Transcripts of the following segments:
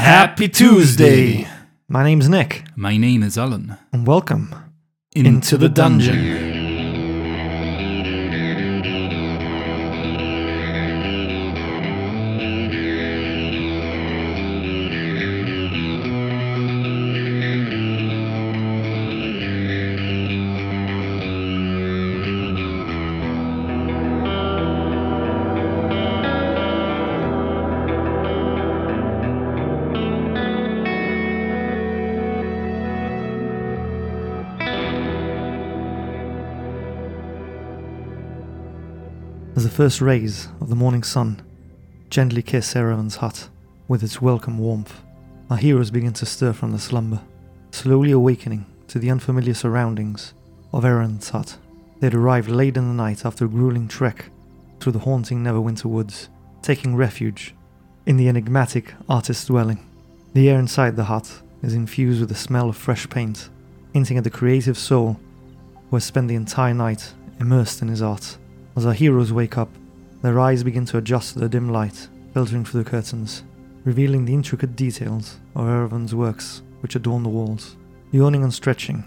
Happy Tuesday. My name's Nick, My name is Alan. and welcome Into, the dungeon. As the first rays of the morning sun gently kiss Erevan's hut with its welcome warmth, our heroes begin to stir from their slumber, slowly awakening to the unfamiliar surroundings of Erevan's hut. They had arrived late in the night after a grueling trek through the haunting Neverwinter woods, taking refuge in the enigmatic artist's dwelling. The air inside the hut is infused with the smell of fresh paint, hinting at the creative soul who has spent the entire night immersed in his art. As our heroes wake up, their eyes begin to adjust to the dim light filtering through the curtains, revealing the intricate details of Erevan's works which adorn the walls. Yawning and stretching,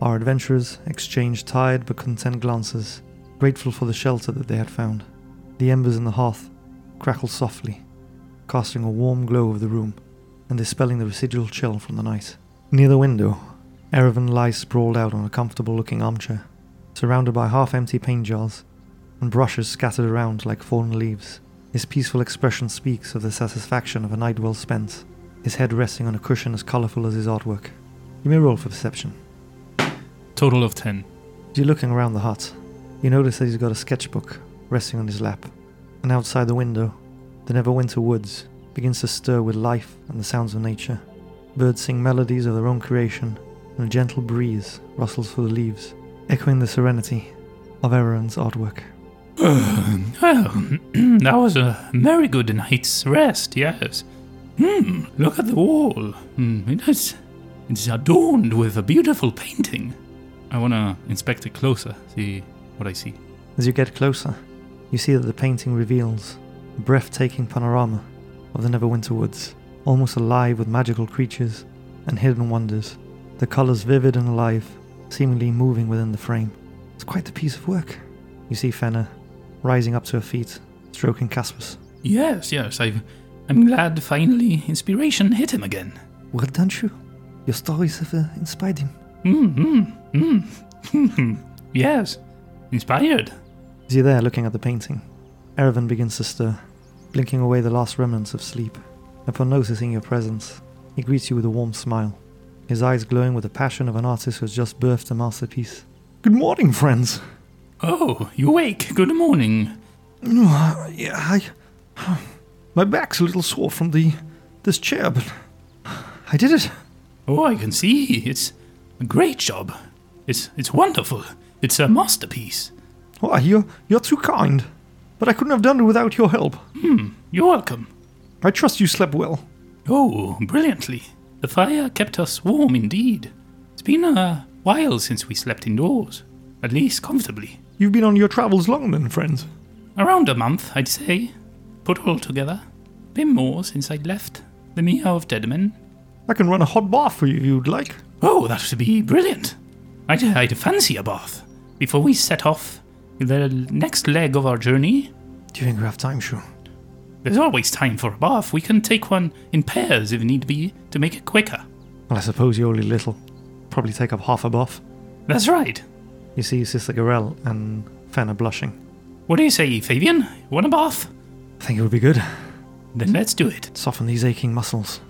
our adventurers exchange tired but content glances, grateful for the shelter that they had found. The embers in the hearth crackle softly, casting a warm glow over the room and dispelling the residual chill from the night. Near the window, Erevan lies sprawled out on a comfortable looking armchair, surrounded by half empty paint jars and brushes scattered around like fallen leaves. His peaceful expression speaks of the satisfaction of a night well spent, his head resting on a cushion as colourful as his artwork. You may roll for perception. Total of 10. As you're looking around the hut, you notice that he's got a sketchbook resting on his lap, and outside the window, the Neverwinter woods begins to stir with life and the sounds of nature. Birds sing melodies of their own creation, and a gentle breeze rustles through the leaves, echoing the serenity of Eren's artwork. Oh, that was a very good night's rest, yes. Hmm, look at the wall. Hmm, it is, it's adorned with a beautiful painting. I want to inspect it closer, see what I see. As you get closer, you see that the painting reveals a breathtaking panorama of the Neverwinter Woods, almost alive with magical creatures and hidden wonders, the colours vivid and alive, seemingly moving within the frame. It's quite a piece of work. You see Fenner rising up to her feet, stroking Caspus. Yes, yes, I've, I'm glad finally inspiration hit him again. Well done, Shu. Your stories have uh, inspired him. Mm-hmm. Mm. yes, inspired. As you're there looking at the painting, Erevan begins to stir, blinking away the last remnants of sleep. Upon noticing your presence, he greets you with a warm smile, his eyes glowing with the passion of an artist who has just birthed a masterpiece. Good morning, friends! Oh, you awake. Good morning. Uh, yeah, I. My back's a little sore from the. this chair, but. I did it! Oh, I can see. It's a great job. It's it's wonderful. It's a masterpiece. Why, you're, you're too kind. But I couldn't have done it without your help. You're welcome. I trust you slept well. Oh, brilliantly. The fire kept us warm indeed. It's been a while since we slept indoors, at least comfortably. You've been on your travels long then, friends. Around a month, I'd say. Put all together. Been more since I'd left the Meow of Deadman. I can run a hot bath for you if you'd like. Oh, that would be brilliant. I'd, I'd fancy a bath. Before we set off the next leg of our journey, Do you think we have time, Shu? There's always time for a bath. We can take one in pairs if need be to make it quicker. Well, I suppose you're only little. Probably take up half a buff. That's right. You see Sister Garel and Fen are blushing. What do you say, Fabian? Want a bath? I think it would be good. Then let's do it. Soften these aching muscles.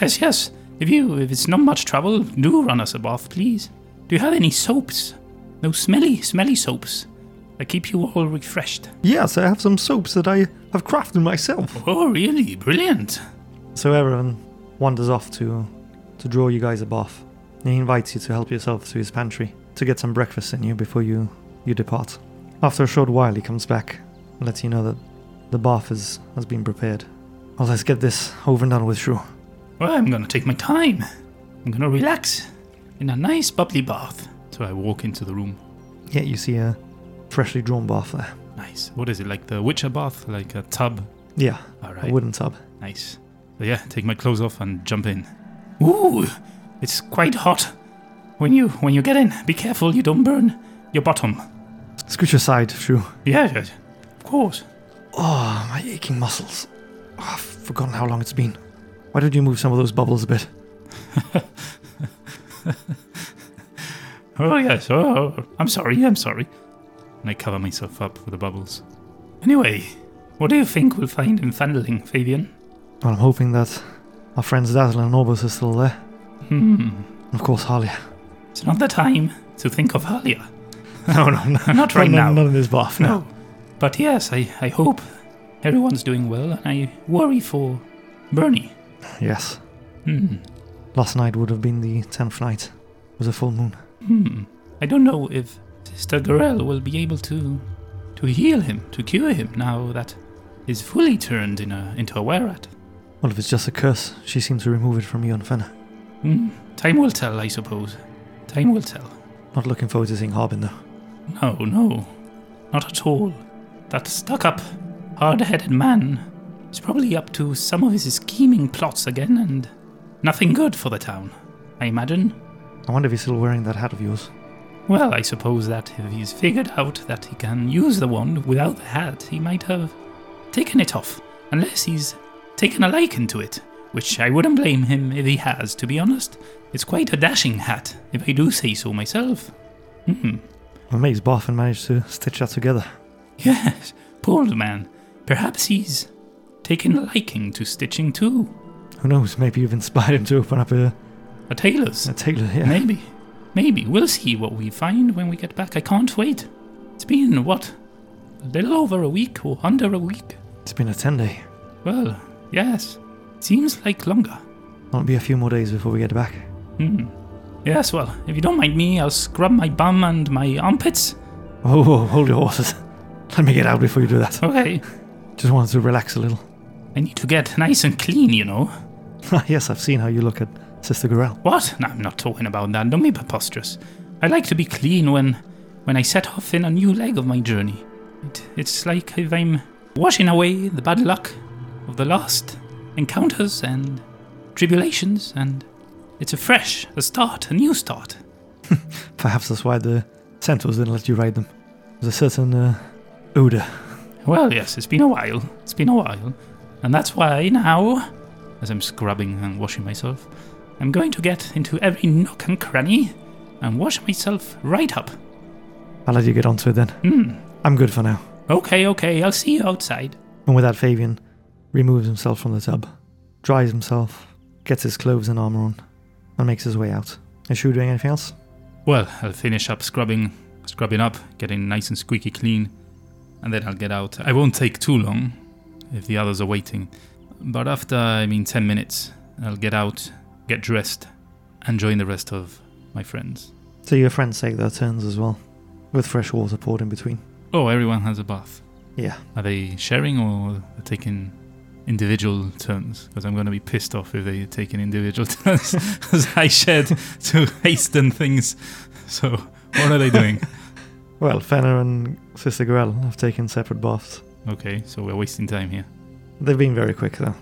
Yes, yes. If you, if it's not much trouble, do run us a bath, please. Do you have any soaps? No smelly, smelly soaps that keep you all refreshed. Yes, I have some soaps that I have crafted myself. Oh, really? Brilliant. So everyone wanders off to to draw you guys a bath. He invites you to help yourself to his pantry to get some breakfast in you before you you depart. After a short while, he comes back and lets you know that the bath is, has been prepared. Well, let's get this over and done with, Shrew. Well, I'm gonna take my time. I'm gonna relax in a nice bubbly bath. So I walk into the room. Yeah, you see a freshly drawn bath there. Nice. What is it like the Witcher bath? Like a tub? Yeah, All a right. wooden tub. Nice. yeah, take my clothes off and jump in. Ooh, it's quite hot. When you when you get in, be careful you don't burn your bottom. Scooch aside, Shrew. Yeah, yeah, of course. Oh, my aching muscles. Oh, I've forgotten how long it's been. Why don't you move some of those bubbles a bit? Oh yes. Oh, oh, I'm sorry. I'm sorry. And I cover myself up with the bubbles. Anyway, what do you think we'll find in Fandling, Fabian? Well, I'm hoping that our friends Dazzle and Orbus are still there. Hmm. And of course, Harlia. It's not the time to think of Halia. No, no, no. Not right now. None of this bath, no. No. But yes, I, I hope everyone's doing well, and I worry for Bernie. Yes. Hmm. Last night would have been the 10th night. It was a full moon. Hmm. I don't know if Sister Gorel will be able to to heal him, to cure him now that he's fully turned in a, into a wererat. Well, if it's just a curse, she seemed to remove it from you and Fenner. Hmm. Time will tell, I suppose. Time will tell. Not looking forward to seeing Harbin, though. No, no, not at all. That stuck up, hard headed man is probably up to some of his scheming plots again and nothing good for the town, I imagine. I wonder if he's still wearing that hat of yours. Well, I suppose that if he's figured out that he can use the wand without the hat, he might have taken it off, unless he's taken a liking to it, which I wouldn't blame him if he has, to be honest. It's quite a dashing hat, if I do say so myself. hmm Well, Maze Barfin managed to stitch that together. Yes, poor old man. Perhaps he's taken a liking to stitching too. Who knows? Maybe you've inspired him to open up a, A tailor's. a tailor here. Maybe. Maybe. We'll see what we find when we get back. I can't wait. It's been, what, a little over a week or under a week? It's been a 10 day. Well, yes. Seems like longer. It'll be a few more days before we get back. Hmm. Yes, well, if you don't mind me, I'll scrub my bum and my armpits. Oh, whoa, hold your horses. Let me get out before you do that. Okay. Just wanted to relax a little. I need to get nice and clean, you know. yes, I've seen how you look at Sister Gorel. What? No, I'm not talking about that. Don't be preposterous. I like to be clean when when I set off in a new leg of my journey. It, it's like if I'm washing away the bad luck of the last encounters and tribulations, and it's a fresh, a start, a new start. Perhaps that's why the centaurs didn't let you ride them. There's a certain uh, odor. Well, yes, it's been a while. It's been a while. And that's why now, as I'm scrubbing and washing myself, I'm going to get into every nook and cranny and wash myself right up. I'll let you get onto it then. Hmm. I'm good for now. Okay, okay, I'll see you outside. And with that, Fabian removes himself from the tub, dries himself, gets his clothes and armor on, and makes his way out. Is Shu doing anything else? Well, I'll finish up scrubbing, scrubbing up, getting nice and squeaky clean, and then I'll get out. I won't take too long if the others are waiting, but after, I mean, 10 minutes, I'll get out, get dressed, and join the rest of my friends. So your friends take their turns as well, with fresh water poured in between. Oh, everyone has a bath. Yeah. Are they sharing or are they taking individual turns? Because I'm going to be pissed off if they are taking individual turns, because I shared to hasten things. So, what are they doing? Well, Fenner and Sister Gorel have taken separate baths. Okay, so we're wasting time here. They've been very quick though.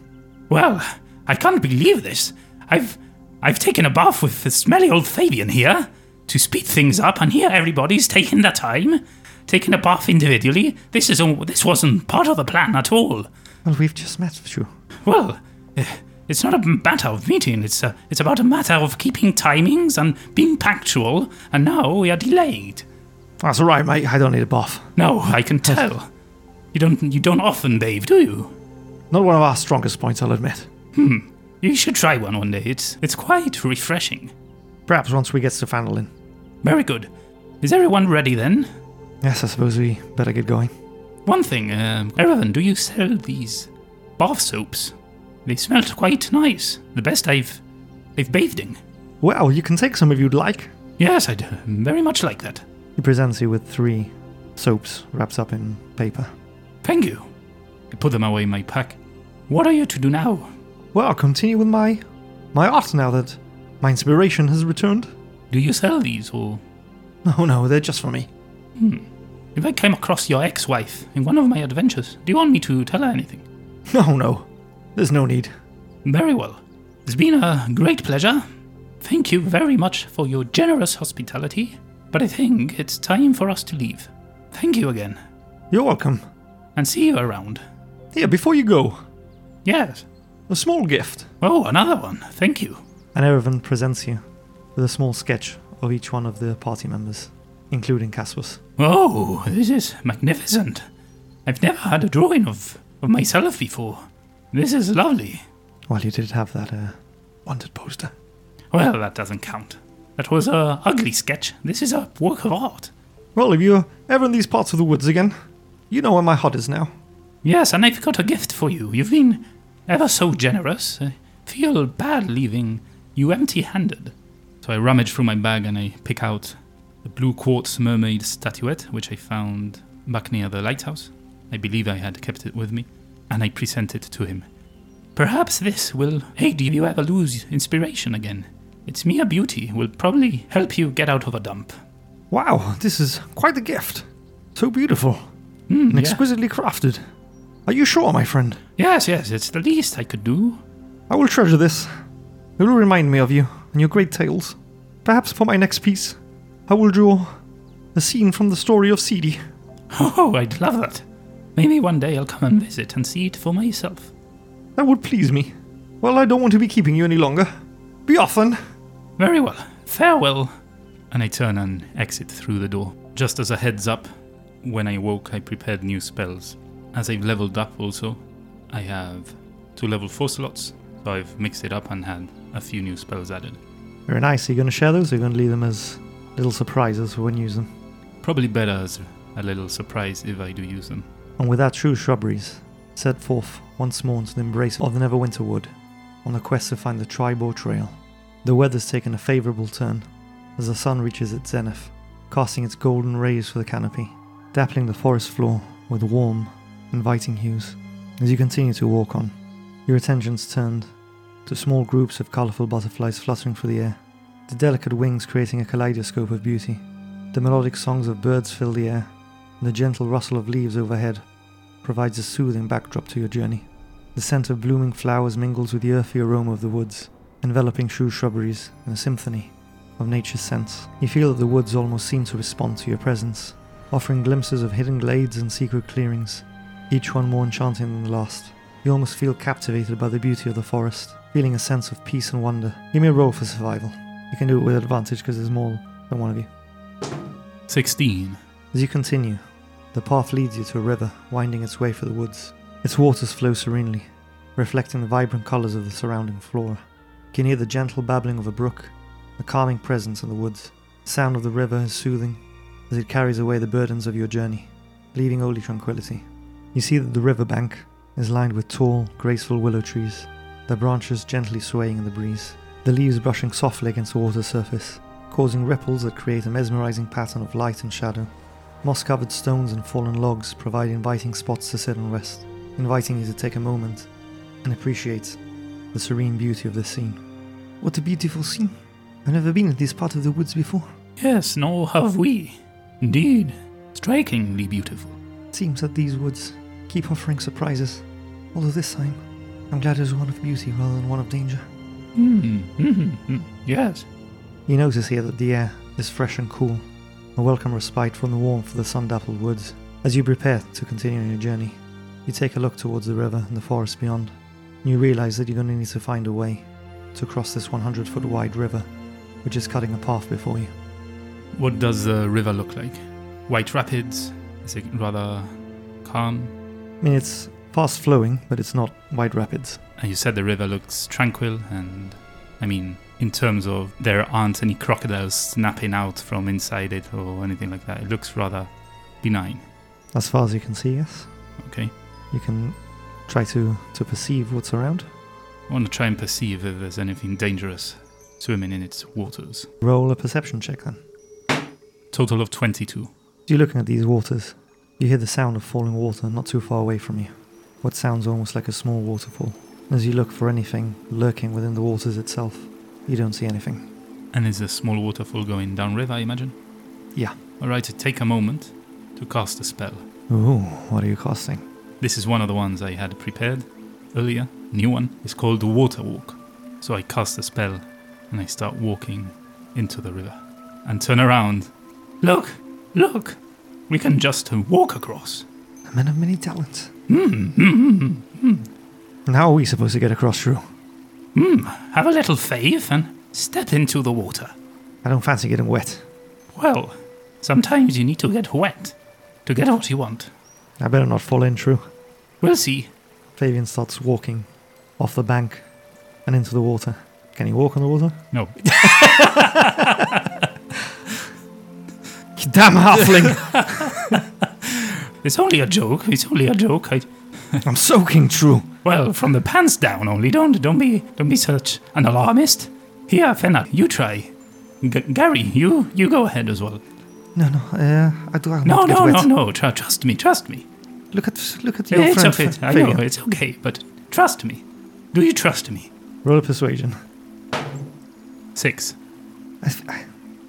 Well, I can't believe this. I've I've taken a bath with the smelly old Fabian here to speed things up, and here everybody's taking their time, taking a bath individually. This is all, this wasn't part of the plan at all. Well, we've just met, Shu. Well, eh, it's not a matter of meeting. It's a, it's about a matter of keeping timings and being punctual. And now we are delayed. That's all right, mate. I don't need a bath. No, I can tell. You don't you don't often bathe, do you? Not one of our strongest points, I'll admit. You should try one one day. It's it's quite refreshing. Perhaps once we get to Fandolin. Very good. Is everyone ready then? Yes, I suppose we better get going. One thing, um, Erevan, do you sell these bath soaps? They smelled quite nice. The best I've I've bathed in. Well, you can take some if you'd like. Yes, I'd uh, very much like that. He presents you with three soaps wrapped up in paper. Thank you. I put them away in my pack. What are you to do now? Well, I'll continue with my my art now that my inspiration has returned. Do you sell these, or Oh no, they're just for me. if I came across your ex-wife in one of my adventures, do you want me to tell her anything? No, no, there's no need. Very well. It's been a great pleasure. Thank you very much for your generous hospitality, but I think it's time for us to leave. Thank you again, You're welcome. and see you around. Here, before you go, Yes. a small gift. Oh, another one. Thank you. And Erevan presents you with a small sketch of each one of the party members, including Caspus. Oh, this is magnificent. I've never had a drawing of, of myself before. This is lovely. Well, you did have that uh, wanted poster. Well, that doesn't count. That was a ugly sketch. This is a work of art. Well, if you're ever in these parts of the woods again, you know where my hut is now. Yes, and I've got a gift for you. You've been ever so generous. I feel bad leaving you empty handed. So I rummage through my bag and I pick out the blue quartz mermaid statuette, which I found back near the lighthouse. I believe I had kept it with me, and I present it to him. Perhaps this will aid you if you ever lose inspiration again. Its mere beauty will probably help you get out of a dump. Wow, this is quite a gift. So beautiful Hmm, and yeah. exquisitely crafted. Are you sure, my friend? Yes, yes, it's the least I could do. I will treasure this. It will remind me of you and your great tales. Perhaps for my next piece, I will draw a scene from the story of Seedy. Oh, I'd love that. Maybe one day I'll come and visit and see it for myself. That would please me. Well, I don't want to be keeping you any longer. Be off then. Very well. Farewell. And I turn and exit through the door. Just as a heads up, when I woke, I prepared new spells. As I've leveled up, also, I have two level 4 slots, so I've mixed it up and had a few new spells added. Very nice. Are you going to share those? Or are you going to leave them as little surprises for when you use them? Probably better as a little surprise if I do use them. And with our true shrubberies, set forth once more into the embrace of the Neverwinter Wood on the quest to find the Tribor Trail. The weather's taken a favourable turn as the sun reaches its zenith, casting its golden rays for the canopy, dappling the forest floor with warm, inviting hues. As you continue to walk on, your attention's turned to small groups of colourful butterflies fluttering through the air, the delicate wings creating a kaleidoscope of beauty. The melodic songs of birds fill the air, and the gentle rustle of leaves overhead provides a soothing backdrop to your journey. The scent of blooming flowers mingles with the earthy aroma of the woods, enveloping true shrubberies in a symphony of nature's scents. You feel that the woods almost seem to respond to your presence, offering glimpses of hidden glades and secret clearings, each one more enchanting than the last. You almost feel captivated by the beauty of the forest, feeling a sense of peace and wonder. Give me a roll for survival. You can do it with advantage because there's more than one of you. 16. As you continue, the path leads you to a river winding its way through the woods. Its waters flow serenely, reflecting the vibrant colours of the surrounding flora. You can hear the gentle babbling of a brook, a calming presence in the woods. The sound of the river is soothing as it carries away the burdens of your journey, leaving only tranquility. You see that the riverbank is lined with tall, graceful willow trees, their branches gently swaying in the breeze, the leaves brushing softly against the water surface, causing ripples that create a mesmerizing pattern of light and shadow. Moss covered stones and fallen logs provide inviting spots to sit and rest, inviting you to take a moment and appreciate the serene beauty of this scene. What a beautiful scene! I've never been in this part of the woods before. Yes, nor have we. Indeed, strikingly beautiful. It seems that these woods keep offering surprises, although this time I'm glad it was one of beauty rather than one of danger. Hmm, hmm, hmm. Yes. You notice here that the air is fresh and cool, a welcome respite from the warmth of the sun dappled woods. As you prepare to continue on your journey, you take a look towards the river and the forest beyond, and you realize that you're going to need to find a way to cross this 100 foot wide river, which is cutting a path before you. What does the river look like? White rapids? Is it rather calm? I mean, it's fast flowing, but it's not wide rapids. And you said the river looks tranquil, and I mean, in terms of there aren't any crocodiles snapping out from inside it or anything like that. It looks rather benign. As far as you can see, yes. Okay. You can try to, to perceive what's around. I want to try and perceive if there's anything dangerous swimming in its waters. Roll a perception check then. Total of 22. As you're looking at these waters, you hear the sound of falling water not too far away from you, what sounds almost like a small waterfall. As you look for anything lurking within the waters itself, you don't see anything. And is a small waterfall going downriver, I imagine? Yeah. All right, I take a moment to cast a spell. Ooh, what are you casting? This is one of the ones I had prepared earlier. new one, is called Water Walk. So I cast the spell and I start walking into the river and turn around. Look, look, we can just walk across. Hmm, A man of many talents. And how are we supposed to get across, Drew? hmm. Have a little faith and step into the water. I don't fancy getting wet. Well, sometimes you need to get wet to get what you want. I better not fall in, Drew. We'll see. Fabian starts walking off the bank and into the water. Can he walk on the water? No. You damn halfling! It's only a joke. It's only a joke. I, I'm soaking, Drew. well, from the pants down only. Don't don't be don't be such an alarmist. Here, Fenna, you try. G- Gary, you you go ahead as well. No, no, uh, I do. I No, won't get no, wet. no, no. Tr- trust me. Trust me. Look at, look at your it's friend. okay. Fa- I know Fabian. it's okay, but trust me. Do you trust me? Roll a persuasion. Six. I, th- I,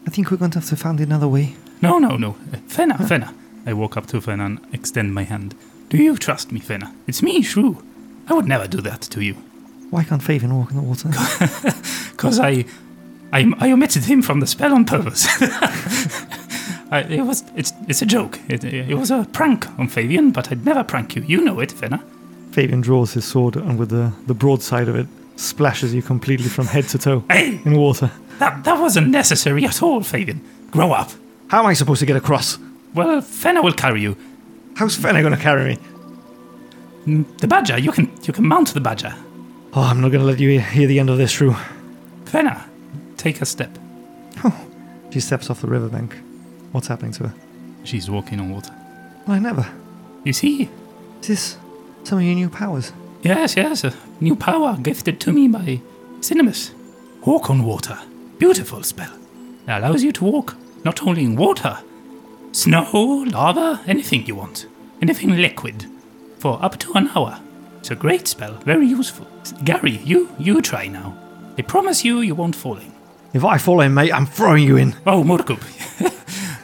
I think we're going to have to find another way. No, no, no. Uh, Fenna, Fenna. I walk up to Fenna and extend my hand. Do you trust me, Fenna? It's me, Shrew. I would never do that to you. Why can't Fabian walk in the water? because I, I, I omitted him from the spell on purpose. I, it was it's it's a joke. It, it was a prank on Fabian, but I'd never prank you. You know it, Fenna. Fabian draws his sword and with the, the broadside of it splashes you completely from head to toe Hey, in water. that that wasn't necessary at all, Fabian. Grow up. How am I supposed to get across? Well, Fenna will carry you. How's Fenner going to carry me? Mm, The badger, you can you can mount the badger. Oh, I'm not going to let you hear the end of this, Rue. Fenna, take a step. She steps off the riverbank. What's happening to her? She's walking on water. Well, I never. You see? Is this some of your new powers? Yes, yes, a new power gifted to me by Cinemas. Walk on water. Beautiful spell. It allows you to walk not only in water, snow, lava, anything you want. Anything liquid. For up to an hour. It's a great spell, very useful. S- Gary, you you try now. I promise you you won't fall in. If I fall in, mate, I'm throwing you in. Oh, Murkup.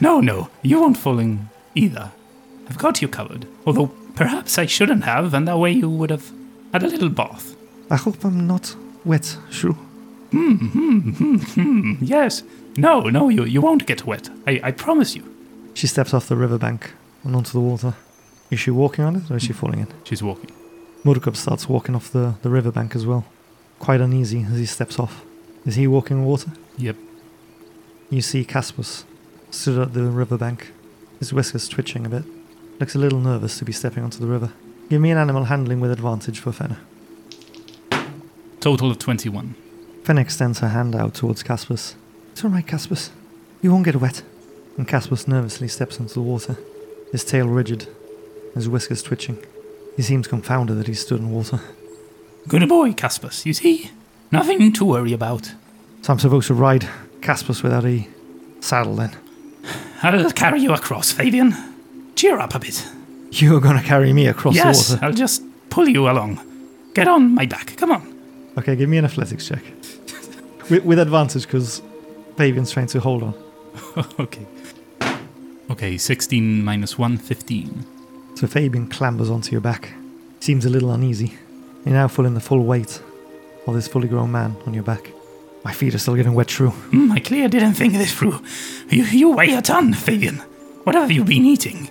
no, no, you won't fall in either. I've got you covered. Although perhaps I shouldn't have, and that way you would have had a little bath. I hope I'm not wet, Shrew. Hmm, Yes. No, no, you, you won't get wet. I, I promise you. She steps off the riverbank and onto the water. Is she walking on it or is she falling in? She's walking. Murkup starts walking off the, the riverbank as well, quite uneasy as he steps off. Is he walking on water? Yep. You see Caspus stood at the riverbank, his whiskers twitching a bit. Looks a little nervous to be stepping onto the river. Give me an animal handling with advantage for Fenner. Total of 21. Fenner extends her hand out towards Caspus. It's all right, Caspus. You won't get wet. And Caspus nervously steps into the water, his tail rigid, his whiskers twitching. He seems confounded that he stood in water. Good boy, Caspus. You see? Nothing to worry about. So I'm supposed to ride Caspus without a saddle then. I'll carry you across, Fabian. Cheer up a bit. You're gonna carry me across yes, the water. I'll just pull you along. Get on my back. Come on. Okay, give me an athletics check. with, with advantage, because Fabian's trying to hold on. okay. Okay, 16 minus 1, 15. So Fabian clambers onto your back. Seems a little uneasy. You're now feeling the full weight of this fully grown man on your back. My feet are still getting wet through. Hmm, I clear didn't think this through. You, you weigh a ton, Fabian. What have you been eating?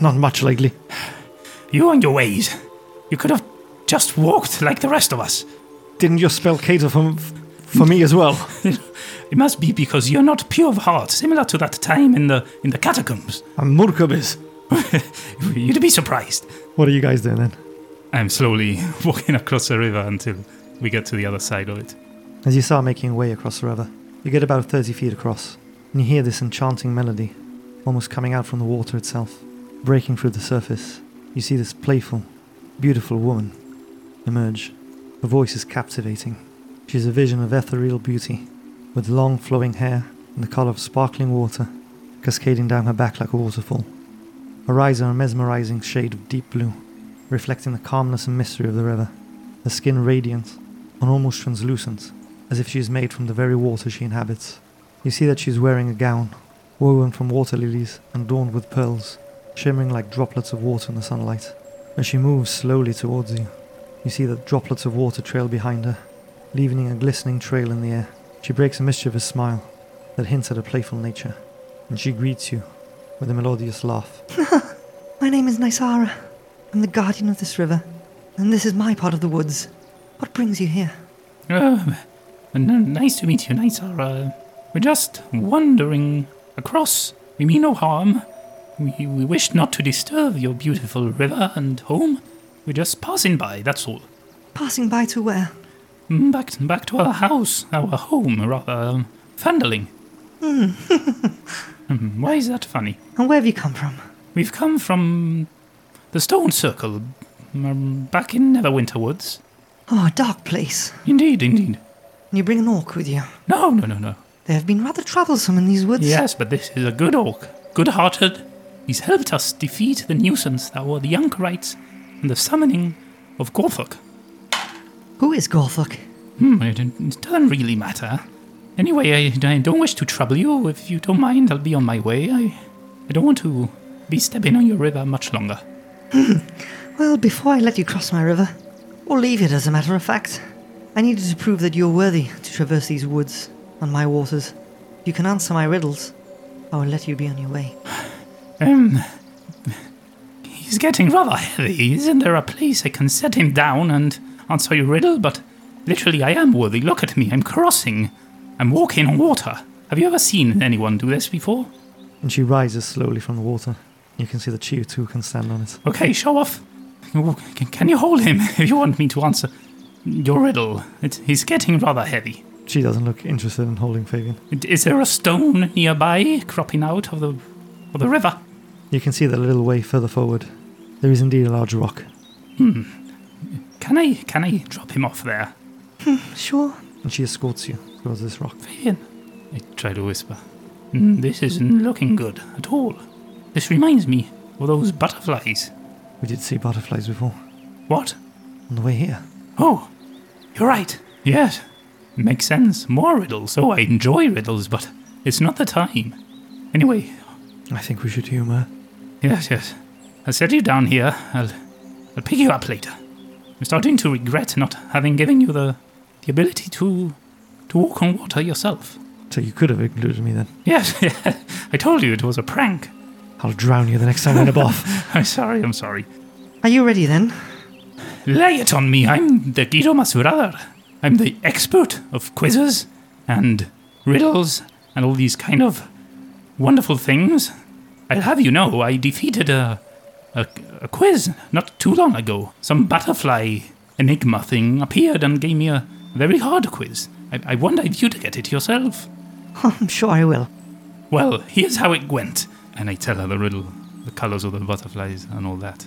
Not much lately. You and your ways. You could have just walked like the rest of us. Didn't your spell cater for, for me as well? It must be because you're not pure of heart, similar to that time in the in the catacombs. And Murkub is. You'd be surprised. What are you guys doing then? I'm slowly walking across the river until we get to the other side of it. As you start making your way across the river, you get about 30 feet across, and you hear this enchanting melody, almost coming out from the water itself, breaking through the surface. You see this playful, beautiful woman emerge. Her voice is captivating. She's a vision of ethereal beauty, with long flowing hair and the colour of sparkling water cascading down her back like a waterfall. Her eyes are a mesmerizing shade of deep blue, reflecting the calmness and mystery of the river, her skin radiant and almost translucent, as if she is made from the very water she inhabits. You see that she is wearing a gown, woven from water lilies and adorned with pearls, shimmering like droplets of water in the sunlight. As she moves slowly towards you, You see that droplets of water trail behind her, leaving a glistening trail in the air. She breaks a mischievous smile that hints at her playful nature, and she greets you with a melodious laugh. My name is Nisara. I'm the guardian of this river, and this is my part of the woods. What brings you here? Um, n- nice to meet you, Nysara. We're just wandering across. We mean no harm. We, we wish not to disturb your beautiful river and home. We're just passing by, that's all. Passing by to where? Mm, Back, back to our house, our home, rather. Um, Fandling. Hmm, Why is that funny? And where have you come from? We've come from the Stone Circle, um, back in Neverwinter Woods. Oh, a dark place. Indeed, indeed. And you bring an orc with you. No, no, no, no. They have been rather troublesome in these woods. Yes, but this is a good orc, good hearted. He's helped us defeat the nuisance that were the Yankarites and the summoning of Gorthok. Who is Gorthok? Hmm, it, it doesn't really matter. Anyway, I, I don't wish to trouble you. If you don't mind, I'll be on my way. I, I don't want to be stepping on your river much longer. Well, before I let you cross my river, or leave it as a matter of fact, I needed to prove that you're worthy to traverse these woods on my waters. If you can answer my riddles, I will let you be on your way. Um, he's getting rather heavy. Isn't there a place I can set him down and answer your riddle? But literally, I am worthy. Look at me. I'm crossing. I'm walking on water. Have you ever seen anyone do this before? And she rises slowly from the water. You can see that she too can stand on it. Okay, show off. Oh, Can can you hold him if you want me to answer your riddle? It, he's getting rather heavy. She doesn't look interested in holding Fagin. Is there a stone nearby cropping out of the of the river? You can see that a little way further forward, there is indeed a large rock, Can I can I drop him off there? Sure? and she escorts you towards this rock. Fabian, I try to whisper. "Mm, This isn't looking good at all. This reminds me of those butterflies. We did see butterflies before What? on the way here. Oh, you're right. Yes, makes sense. More riddles. Oh, I enjoy riddles, but it's not the time. Anyway, I think we should humour. her. Yes, yes. I'll set you down here. I'll, I'll pick you up later. I'm starting to regret not having given you the, the ability to, to walk on water yourself. So you could have included me then. Yes, yes. I told you it was a prank. I'll drown you the next time we're in a bath. I'm sorry, I'm sorry. Are you ready then? Lay it on me. I'm the Guido Masuradar. I'm the expert of quizzes and riddles and all these kind of wonderful things. I'll have you know, I defeated a, a, a quiz not too long ago. Some butterfly enigma thing appeared and gave me a very hard quiz. I, I wonder if you'd get it yourself. I'm sure I will. Well, here's how it went. And I tell her the riddle, the colours of the butterflies and all that.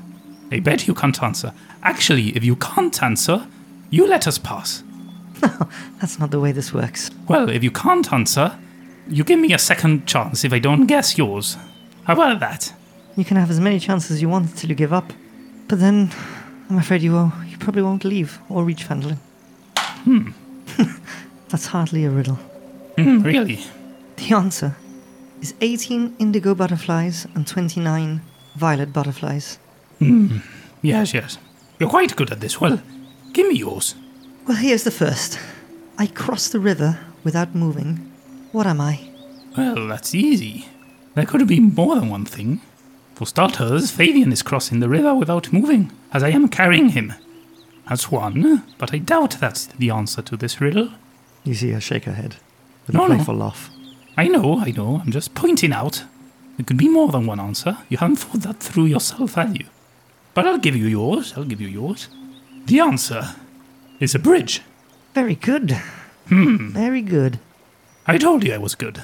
I bet you can't answer. Actually, if you can't answer, you let us pass. That's not the way this works. Well, if you can't answer, you give me a second chance if I don't guess yours. How about that? You can have as many chances as you want till you give up, but then I'm afraid you, will, you probably won't leave or reach Fandolin. Hmm. That's hardly a riddle. Hmm, really? The answer is 18 indigo butterflies and 29 violet butterflies. Yes, yes. You're quite good at this. Well, give me yours. Well, here's the first. I cross the river without moving. What am I? Well, that's easy. There could be more than one thing. For starters, Fabian is crossing the river without moving, as I am carrying him. That's one, but I doubt that's the answer to this riddle. You see her shake her head with No, a no. playful laugh. I know, I know, I'm just pointing out. There could be more than one answer. You haven't thought that through yourself, have you? But I'll give you yours, I'll give you yours. The answer is a bridge. Very good. Hmm. Very good. I told you I was good.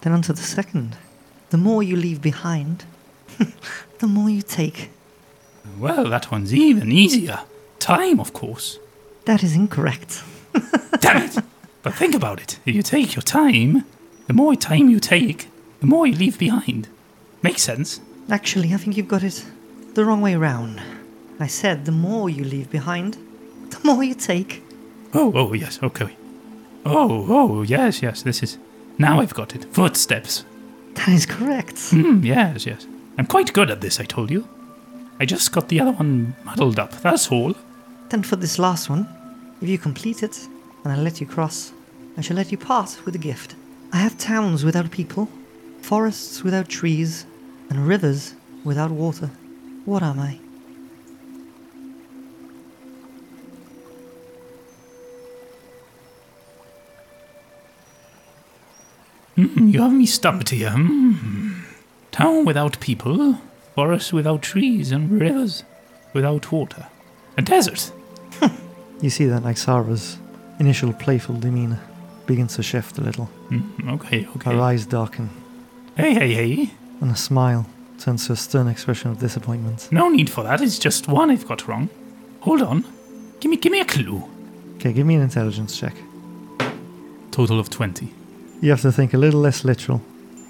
Then on to the second. The more you leave behind, the more you take. Well, that one's even easier. Time, of course. That is incorrect. Damn it! But think about it. If you take your time, the more time you take, the more you leave behind. Makes sense. Actually, I think you've got it the wrong way round. I said the more you leave behind, the more you take. Oh, oh, yes, okay. Oh, oh, yes, yes, this is. Now I've got it. Footsteps. That is correct. Hmm, yes, yes. I'm quite good at this, I told you. I just got the other one muddled up, that's all. Then for this last one, if you complete it, and I let you cross, I shall let you part with a gift. I have towns without people, forests without trees, and rivers without water. What am I? Mm, you have me stopped here. Mm. Town without people, forest without trees, and rivers without water. A desert. You see that Ixara's initial playful demeanor begins to shift a little. Mm, okay, okay. Her eyes darken, Hey, hey, hey. and a smile turns to a stern expression of disappointment. No need for that. It's just one I've got wrong. Hold on. Give me, give me a clue. Okay, give me an intelligence check. Total of 20. You have to think a little less literal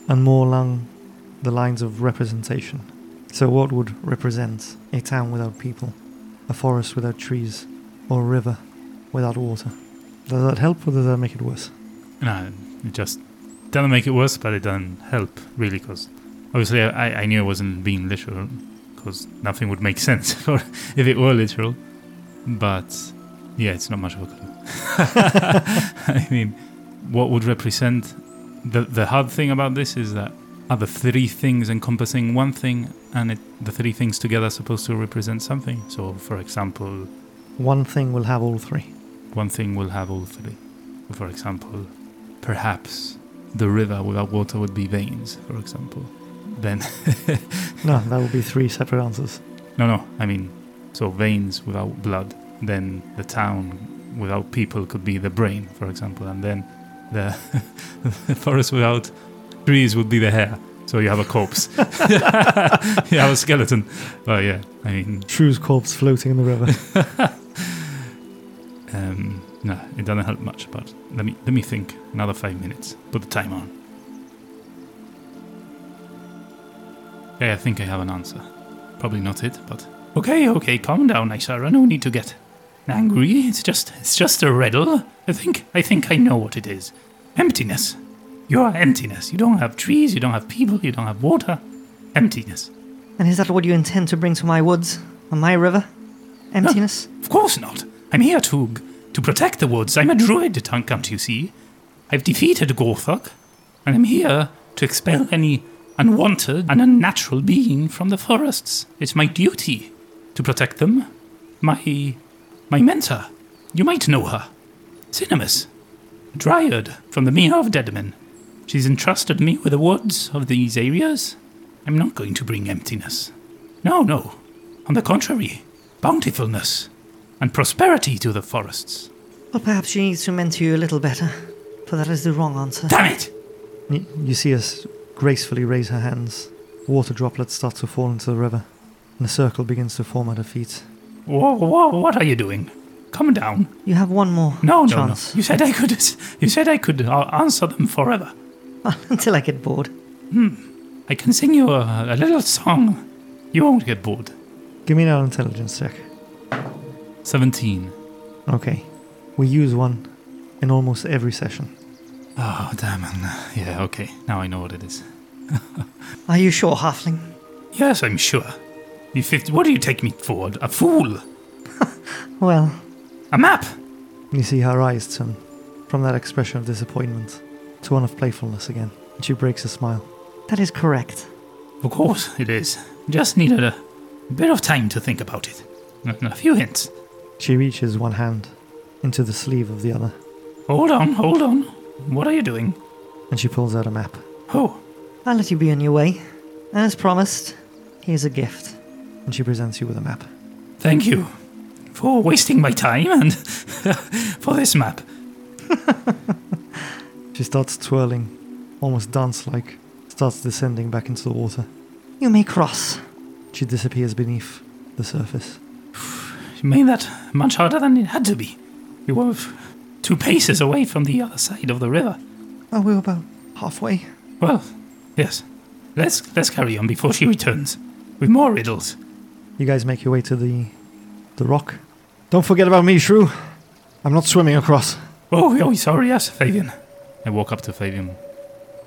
and more along the lines of representation. So, what would represent a town without people, a forest without trees, or a river without water? Does that help or does that make it worse? No, it just doesn't make it worse, but it doesn't help, really, because obviously I, I knew I wasn't being literal, because nothing would make sense for, if it were literal. But yeah, it's not much of a clue. I mean, what would represent the, the hard thing about this is that are the three things encompassing one thing, and it, the three things together are supposed to represent something. So, for example, One thing will have all three. one thing will have all three. For example, perhaps the river without water would be veins, for example. Then, No, that would be three separate answers. no, no, I mean, so veins without blood, then the town without people could be the brain, for example, and then the, the forest without trees would be the hair. So you have a corpse. you have a skeleton. But yeah, I mean, Shrew's corpse floating in the river. um, no, it doesn't help much. But let me let me think. Another five minutes. Put the time on. Okay, I think I have an answer. Probably not it, but okay, okay, calm down, Isara. No need to get angry. It's just it's just a riddle. I think I think I know what it is. Emptiness. You are emptiness. You don't have trees. You don't have people. You don't have water. Emptiness. And is that what you intend to bring to my woods and my river? Emptiness? Of course not. I'm here to to protect the woods. I'm a druid, Tankam, you see. I've defeated Gorthok, and I'm here to expel any unwanted and unnatural being from the forests. It's my duty to protect them. My my mentor, you might know her, Cinemas, a dryad from the Mere of Deadman. She's entrusted me with the woods of these areas. I'm not going to bring emptiness. No, no. On the contrary, bountifulness and prosperity to the forests. Well, perhaps she needs to mentor you a little better, for that is the wrong answer. Damn it! Y- You see us gracefully raise her hands. Water droplets start to fall into the river, and a circle begins to form at her feet. Whoa, whoa, what are you doing? Come down. You have one more No, no, no. chance. You said I could. You said I could uh, answer them forever. Until I get bored. I can sing you a, a little song. You won't get bored. Give me now an intelligence check. Seventeen. Okay. We use one in almost every session. Oh damn! it. Yeah, okay. Now I know what it is. Are you sure, halfling? Yes, I'm sure. You fifty. What do you take me for? A fool? Well, A map? You see her eyes turn from that expression of disappointment to one of playfulness again. and She breaks a smile. that is correct. Of course it is. Just needed a bit of time to think about it. And a few hints. She reaches one hand into the sleeve of the other, Hold on, hold on. What are you doing? and she pulls out a map. Oh, I'll let you be on your way. And as promised, here's a gift. And she presents you with a map. Thank you for wasting my time and for this map. She starts twirling, almost dance like, starts descending back into the water. You may cross. She disappears beneath the surface. You made that much harder than it had to be. We were f- two paces away from the other side of the river. Oh, we're about halfway. Well, yes. Let's let's carry on before she returns with more riddles. You guys make your way to the the rock. Don't forget about me, Shrew. I'm not swimming across. Oh, oh, sorry, yes, Fabian. I walk up to Fabian,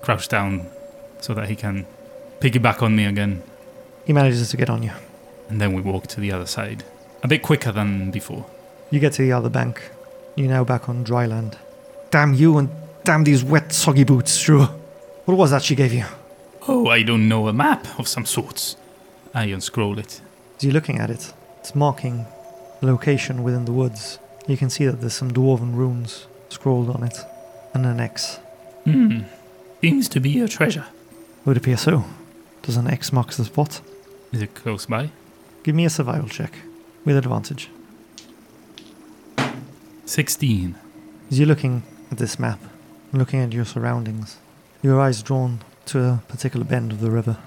crouch down so that he can piggyback on me again, He manages to get on you. and then we walk to the other side. A bit quicker than before. You get to the other bank. You're now back on dry land. Damn you and damn these wet, soggy boots, Drew. What was that she gave you? Oh, I don't know, a map of some sorts. I unscroll it. As you're looking at it, it's marking the location within the woods. You can see that there's some dwarven runes scrawled on it, and an X. Hmm. Seems to be a treasure. Would appear so. Does an X mark the spot? Is it close by? Give me a survival check with advantage. 16. As you're looking at this map, and looking at your surroundings, your eyes drawn to a particular bend of the river,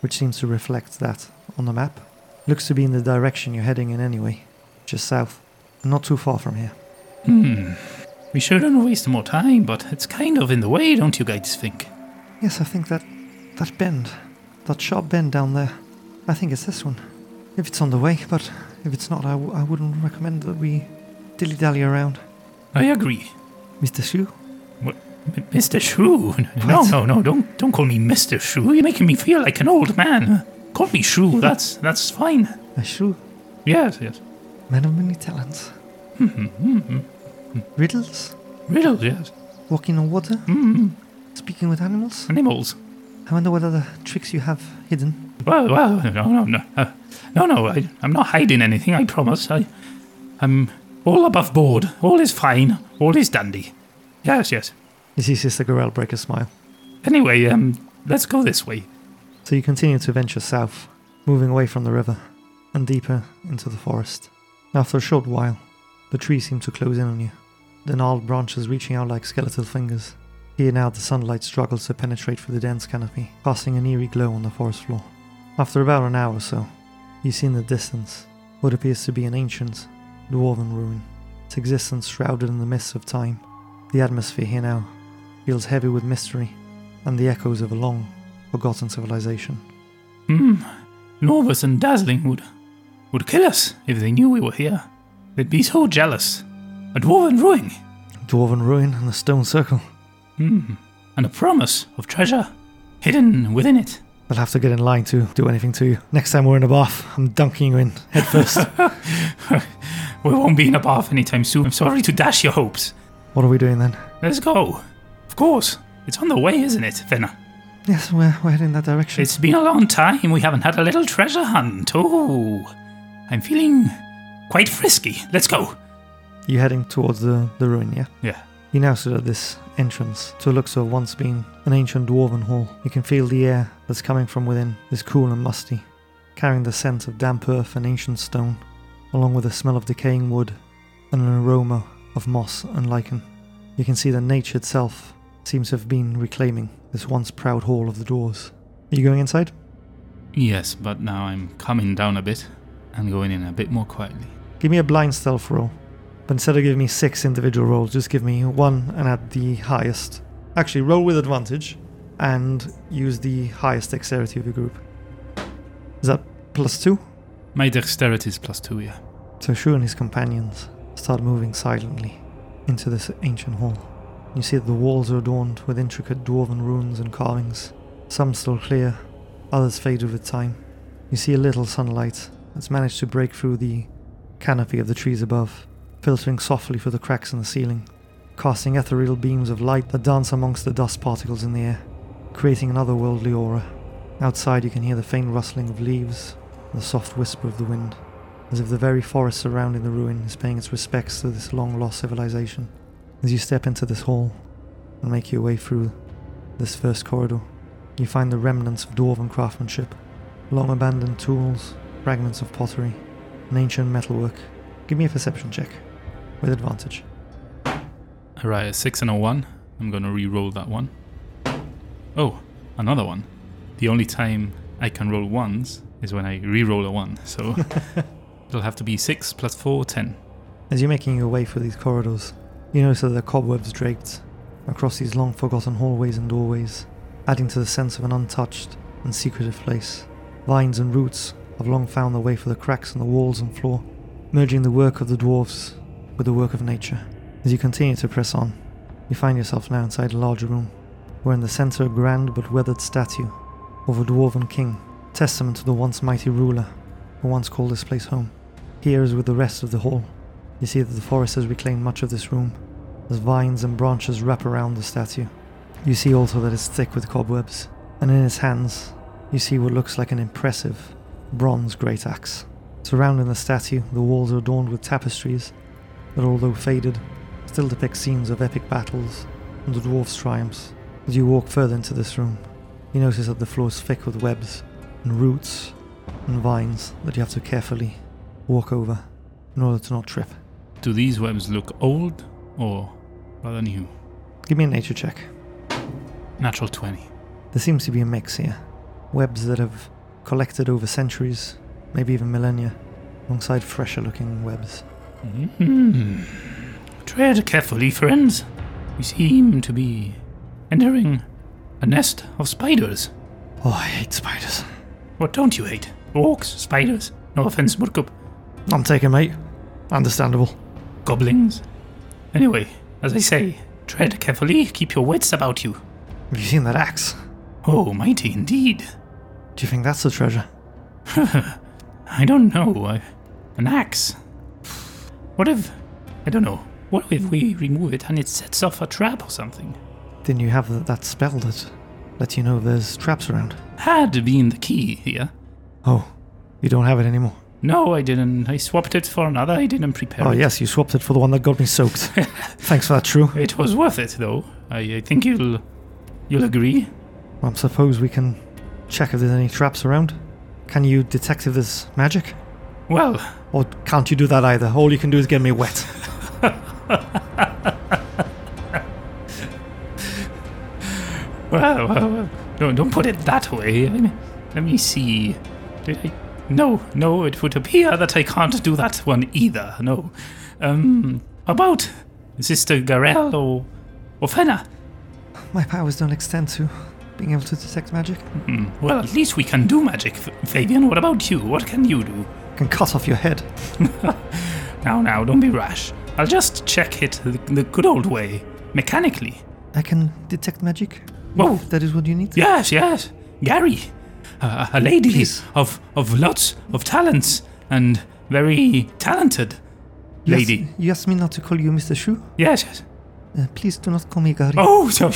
which seems to reflect that on the map. Looks to be in the direction you're heading in anyway, just south, and not too far from here. Hmm. We shouldn't waste more time, but it's kind of in the way, don't you guys think? Yes, I think that that bend, that sharp bend down there, I think it's this one. If it's on the way, but if it's not, I w- I wouldn't recommend that we dilly dally around. I agree. Mr. Sue? M- Mr. Shrew? No, What? no, no, don't don't call me Mr. Shrew. You're making me feel like an old man. Call me Shrew, that's that's fine. A shoe, Yes, yes. man of many talents. Riddles? Riddles, yes. Walking on water? Mm-hmm. Speaking with animals? Animals. I wonder what other tricks you have hidden. Well, well, no, no, no. Uh, no, no, I, I'm not hiding anything, I promise. I, I'm all above board. All is fine. All is dandy. Yes, yes. You see Sister Gorel break a smile. Anyway, um, let's go this way. So you continue to venture south, moving away from the river and deeper into the forest. After a short while, the trees seem to close in on you, the gnarled branches reaching out like skeletal fingers. Here now the sunlight struggles to penetrate through the dense canopy, casting an eerie glow on the forest floor. After about an hour or so, you see in the distance what appears to be an ancient, dwarven ruin, its existence shrouded in the mists of time. The atmosphere here now feels heavy with mystery and the echoes of a long, forgotten civilization. Hmm. Norvus and Dazzling would would kill us if they knew we were here. They'd be so jealous. A dwarven ruin. Dwarven ruin and the stone circle. Hmm. And a promise of treasure hidden within it. They'll have to get in line to do anything to you. Next time we're in a bath, I'm dunking you in head first. We won't be in a bath anytime soon. I'm sorry to dash your hopes. what are we doing then? Let's go. Of course. It's on the way, isn't it, Fenna? Yes, we're, we're heading that direction. It's been a long time. We haven't had a little treasure hunt. Oh. I'm feeling quite frisky. Let's go. You're heading towards the, the ruin, yeah? Yeah. You now sit at this entrance to what looks to have once been an ancient dwarven hall. You can feel the air that's coming from within is cool and musty, carrying the scent of damp earth and ancient stone, along with the smell of decaying wood and an aroma of moss and lichen. You can see that nature itself seems to have been reclaiming this once proud hall of the dwarves. Are you going inside? Yes, but now I'm coming down a bit and going in a bit more quietly. Give me a blind stealth roll. But instead of giving me six individual rolls, just give me one and add the highest. Actually, roll with advantage and use the highest dexterity of your group. Is that plus two? My dexterity is plus two, yeah. So Shu and his companions start moving silently into this ancient hall. You see that the walls are adorned with intricate dwarven runes and carvings, some still clear, others faded with time. You see a little sunlight that's managed to break through the canopy of the trees above, filtering softly through the cracks in the ceiling, casting ethereal beams of light that dance amongst the dust particles in the air, creating an otherworldly aura. Outside, you can hear the faint rustling of leaves and the soft whisper of the wind as if the very forest surrounding the ruin is paying its respects to this long lost civilization. As you step into this hall and make your way through this first corridor, you find the remnants of dwarven craftsmanship, long abandoned tools, fragments of pottery, and ancient metalwork. Give me a perception check with advantage. Alright, a six and a one. I'm gonna re-roll that one. Oh, another one. The only time I can roll ones is when I re-roll a one, so it'll have to be six plus four, ten. As you're making your way through these corridors, you notice that there are cobwebs draped across these long forgotten hallways and doorways, adding to the sense of an untouched and secretive place. Vines and roots have long found their way through the cracks in the walls and floor, merging the work of the dwarves with the work of nature. As you continue to press on, you find yourself now inside a larger room, where in the center a grand but weathered statue of a dwarven king, testament to the once mighty ruler who once called this place home. Here, as with the rest of the hall, You see that the forest has reclaimed much of this room, as vines and branches wrap around the statue. You see also that it's thick with cobwebs, and in its hands, you see what looks like an impressive bronze great axe. Surrounding the statue, the walls are adorned with tapestries that, although faded, still depict scenes of epic battles and the dwarf's triumphs. As you walk further into this room, you notice that the floor is thick with webs and roots and vines that you have to carefully walk over in order to not trip. Do these webs look old or rather new? Give me a nature check. Natural 20. There seems to be a mix here. Webs that have collected over centuries, maybe even millennia, alongside fresher looking webs. Hmm. Tread carefully, friends. We seem to be entering a nest of spiders. Oh, I hate spiders. What don't you hate? Orcs, spiders. No offense, Murkup. I'm taking, mate. Understandable. Goblins. Anyway, as I say, tread carefully, keep your wits about you. Have you seen that axe? Oh, mighty indeed. Do you think that's the treasure? I don't know. I, an axe. What if. I don't know. What if we remove it and it sets off a trap or something? Then you have th- that spell that lets you know there's traps around. Had been the key here. Oh, you don't have it anymore. No, I didn't. I swapped it for another. I didn't prepare. Oh, it. yes, you swapped it for the one that got me soaked. Thanks for that, True. It was worth it, though. I, I think you'll. You'll agree. Well, I suppose we can check if there's any traps around. Can you detect if there's magic? Well, Or can't you do that either? All you can do is get me wet. well, well, well. No, don't put it that way. Let me, let me see. Did I? No, no. It would appear that I can't do that one either. No. Um, about Sister Garel or or Fenna. My powers don't extend to being able to detect magic. Hmm, Well, at least we can do magic, F- Fabian. What about you? What can you do? I can cut off your head. Now, now, don't be rash. I'll just check it the, the good old way, mechanically. I can detect magic. Whoa. If that is what you need. Yes, yes, Gary, uh, a lady Please. of of lots of talents and very talented You asked- lady. you asked me not to call you Mr. Shu. Yes, yes. Uh, please do not call me Gary. Oh, so,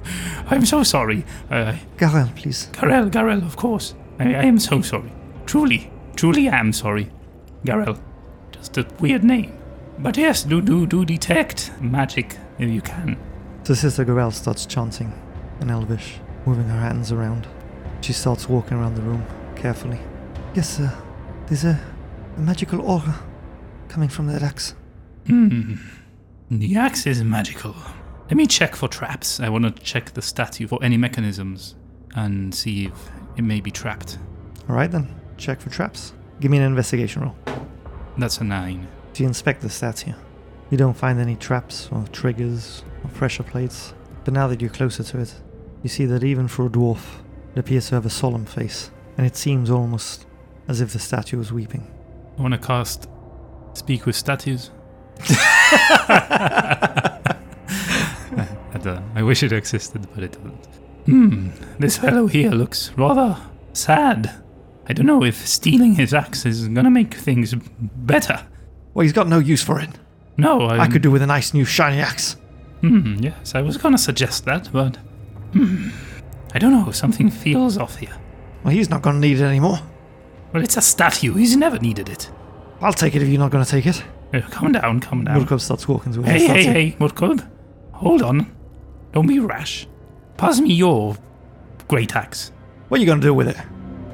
I'm so sorry. Uh, Garel, please. Garel, Garel, of course. I, I am so sorry. Truly, truly am sorry. Garel, just a weird name. But yes, do do do detect magic if you can. So Sister Garel starts chanting in Elvish, moving her hands around. She starts walking around the room carefully. Yes, sir. There's a, a magical aura coming from that axe. The axe is magical. Let me check for traps. I want to check the statue for any mechanisms and see if it may be trapped. All right then. Check for traps. Give me an investigation roll. That's a nine. So you inspect the statue. You don't find any traps or triggers or pressure plates, but now that you're closer to it, you see that even for a dwarf, it appears to have a solemn face, and it seems almost as if the statue was weeping. I want to cast Speak with Statues. I, don't- I wish it existed, but it doesn't. Hmm, this fellow here looks rather sad. I don't know if stealing his axe is gonna make things better. Well, he's got no use for it. No, i I could do with a nice new shiny axe. Hmm, yes, I was gonna suggest that, but. Hmm. I don't know, something feels off here. Well, he's not going to need it anymore. Well, it's a statue, he's never needed it. I'll take it if you're not going to take it. Uh, come down, come down. Murkov starts walking towards the hey, hey, statue. hey, Murkob. Hold on. Don't be rash. Pass me your great axe. What are you going to do with it?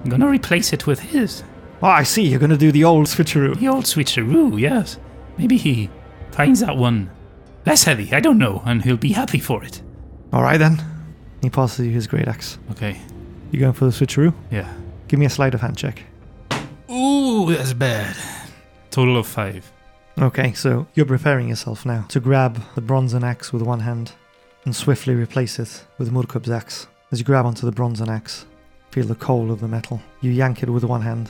I'm gonna replace it with his. Oh, I see. You're going to do the old switcheroo. The old switcheroo, yes. Maybe he finds that one less heavy, I don't know, and he'll be happy for it. All right then. He passes you his great axe. Okay, You going for the switcheroo? yeah. Give me a sleight of hand check. Ooh, that's bad. Total of five. Okay, so you're preparing yourself now to grab the bronzen axe with one hand and swiftly replace it with Murkub's axe. As you grab onto the bronzen axe, feel the cold of the metal. You yank it with one hand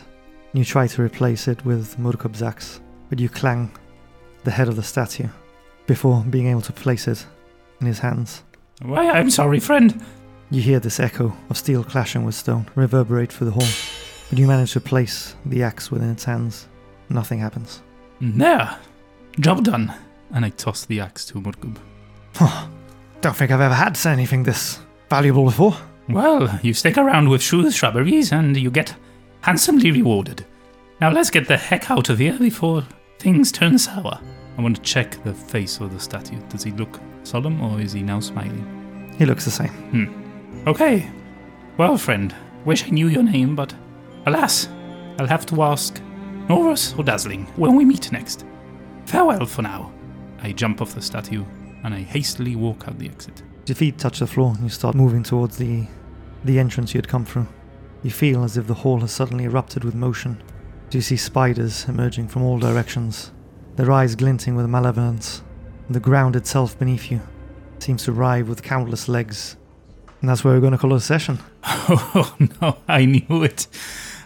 and you try to replace it with Murkub's axe, but you clang the head of the statue before being able to place it in his hands. Why, I'm sorry, friend. You hear this echo of steel clashing with stone reverberate through the hall, but you manage to place the axe within its hands. Nothing happens. Mm-hmm. There. Job done. And I toss the axe to Murkub. Don't think I've ever had anything this valuable before. Well, you stick around with shoes shrubberies and you get handsomely rewarded. Now let's get the heck out of here before things turn sour. I want to check the face of the statue. Does he look solemn or is he now smiling? He looks the same. Okay. Well, friend, wish I knew your name, but alas, I'll have to ask Norus or Dazzling when we meet next. Farewell for now. I jump off the statue and I hastily walk out the exit. Your feet touch the floor and you start moving towards the the entrance you had come through. You feel as if the hall has suddenly erupted with motion. You see spiders emerging from all directions, their eyes glinting with malevolence. The ground itself beneath you seems to writhe with countless legs. And that's where we're going to call it a session. Oh no, I knew it.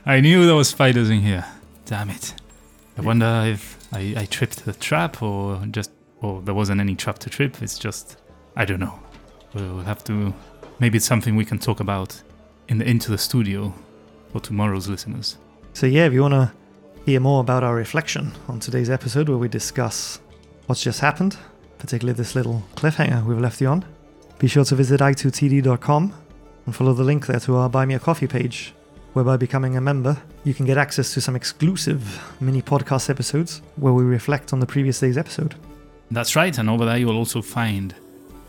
I knew there was spiders in here. Damn it. I wonder if I, I tripped the trap or just or there wasn't any trap to trip. It's just I don't know. We'll have to maybe it's something we can talk about in the into the studio for tomorrow's listeners. So, yeah, if you want to hear more about our reflection on today's episode where we discuss what's just happened, particularly this little cliffhanger we've left you on, be sure to visit i2td.com and follow the link there to our Buy Me a Coffee page, where by becoming a member, you can get access to some exclusive mini podcast episodes where we reflect on the previous day's episode. That's right, and over there you'll also find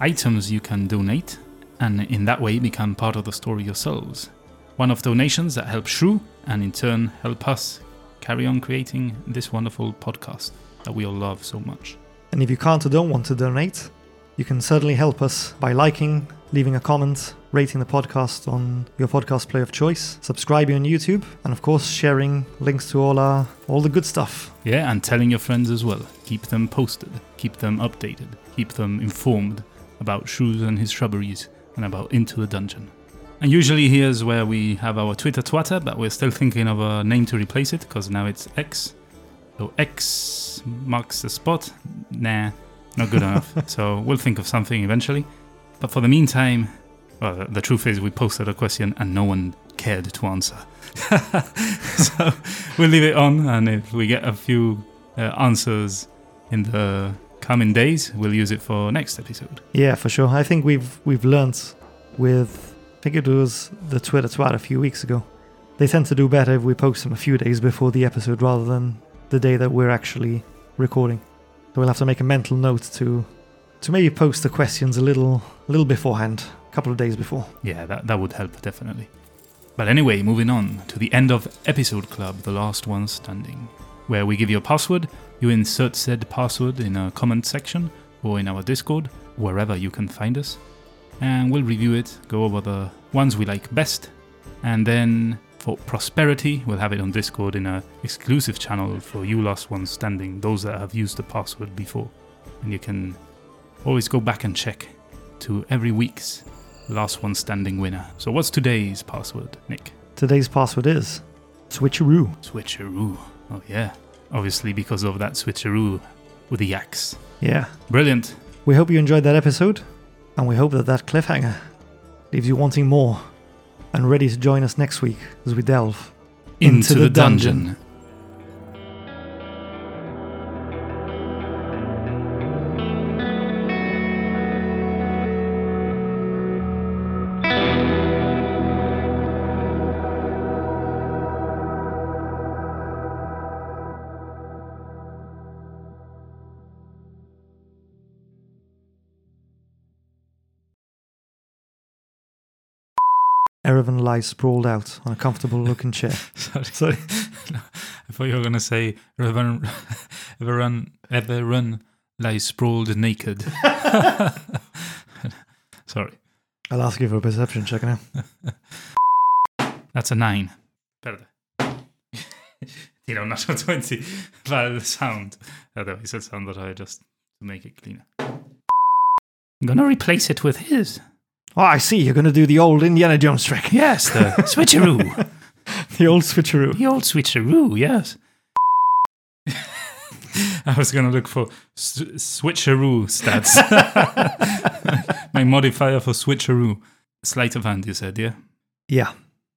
items you can donate, and in that way become part of the story yourselves. One of donations that help Shrew, and in turn help us carry on creating this wonderful podcast that we all love so much. And if you can't or don't want to donate, you can certainly help us by liking, leaving a comment, rating the podcast on your podcast player of choice, subscribing on YouTube, and of course sharing links to all our all the good stuff. Yeah, and telling your friends as well. Keep them posted, keep them updated, keep them informed about Shrews and his shrubberies and about Into the Dungeon. And usually here's where we have our Twitter twatter, but we're still thinking of a name to replace it because now it's X. So X marks the spot. Nah, not good enough. So we'll think of something eventually. But for the meantime, well, the- the truth is we posted a question and no one cared to answer. so we'll leave it on, and if we get a few uh, answers in the coming days, we'll use it for next episode. Yeah, for sure. I think we've we've learnt with I think it was the Twitter twat a few weeks ago. They tend to do better if we post them a few days before the episode rather than the day that we're actually recording. So we'll have to make a mental note to to maybe post the questions a little a little beforehand, a couple of days before. Yeah, that, that would help definitely. But anyway, moving on to the end of Episode Club, the last one standing, where we give you a password, you insert said password in a comment section or in our Discord, wherever you can find us, and we'll review it, go over the ones we like best, and then for prosperity, we'll have it on Discord in a exclusive channel for you last ones standing, those that have used the password before. And you can always go back and check to every week's last one standing winner. So what's today's password, Nick? Today's password is switcheroo. Switcheroo. Oh yeah. Obviously because of that switcheroo with the axe. Yeah. Brilliant. We hope you enjoyed that episode, and we hope that that cliffhanger leaves you wanting more and ready to join us next week as we delve Into the dungeon. Erevan lies sprawled out on a comfortable looking chair. Sorry. Sorry. I thought you were gonna say Reverend Everon Everon lies sprawled naked. Sorry. I'll ask you for a perception check now. That's a nine. Better. you know, natural 20. But the sound. Otherwise, that sound that I just to make it cleaner. I'm gonna replace it with his. Oh, I see. You're going to do the old Indiana Jones trick. Yes, the switcheroo. the old switcheroo. The old switcheroo, yes. I was gonna look for s- switcheroo stats. My modifier for switcheroo. Sleight of hand, you said, yeah? Yeah.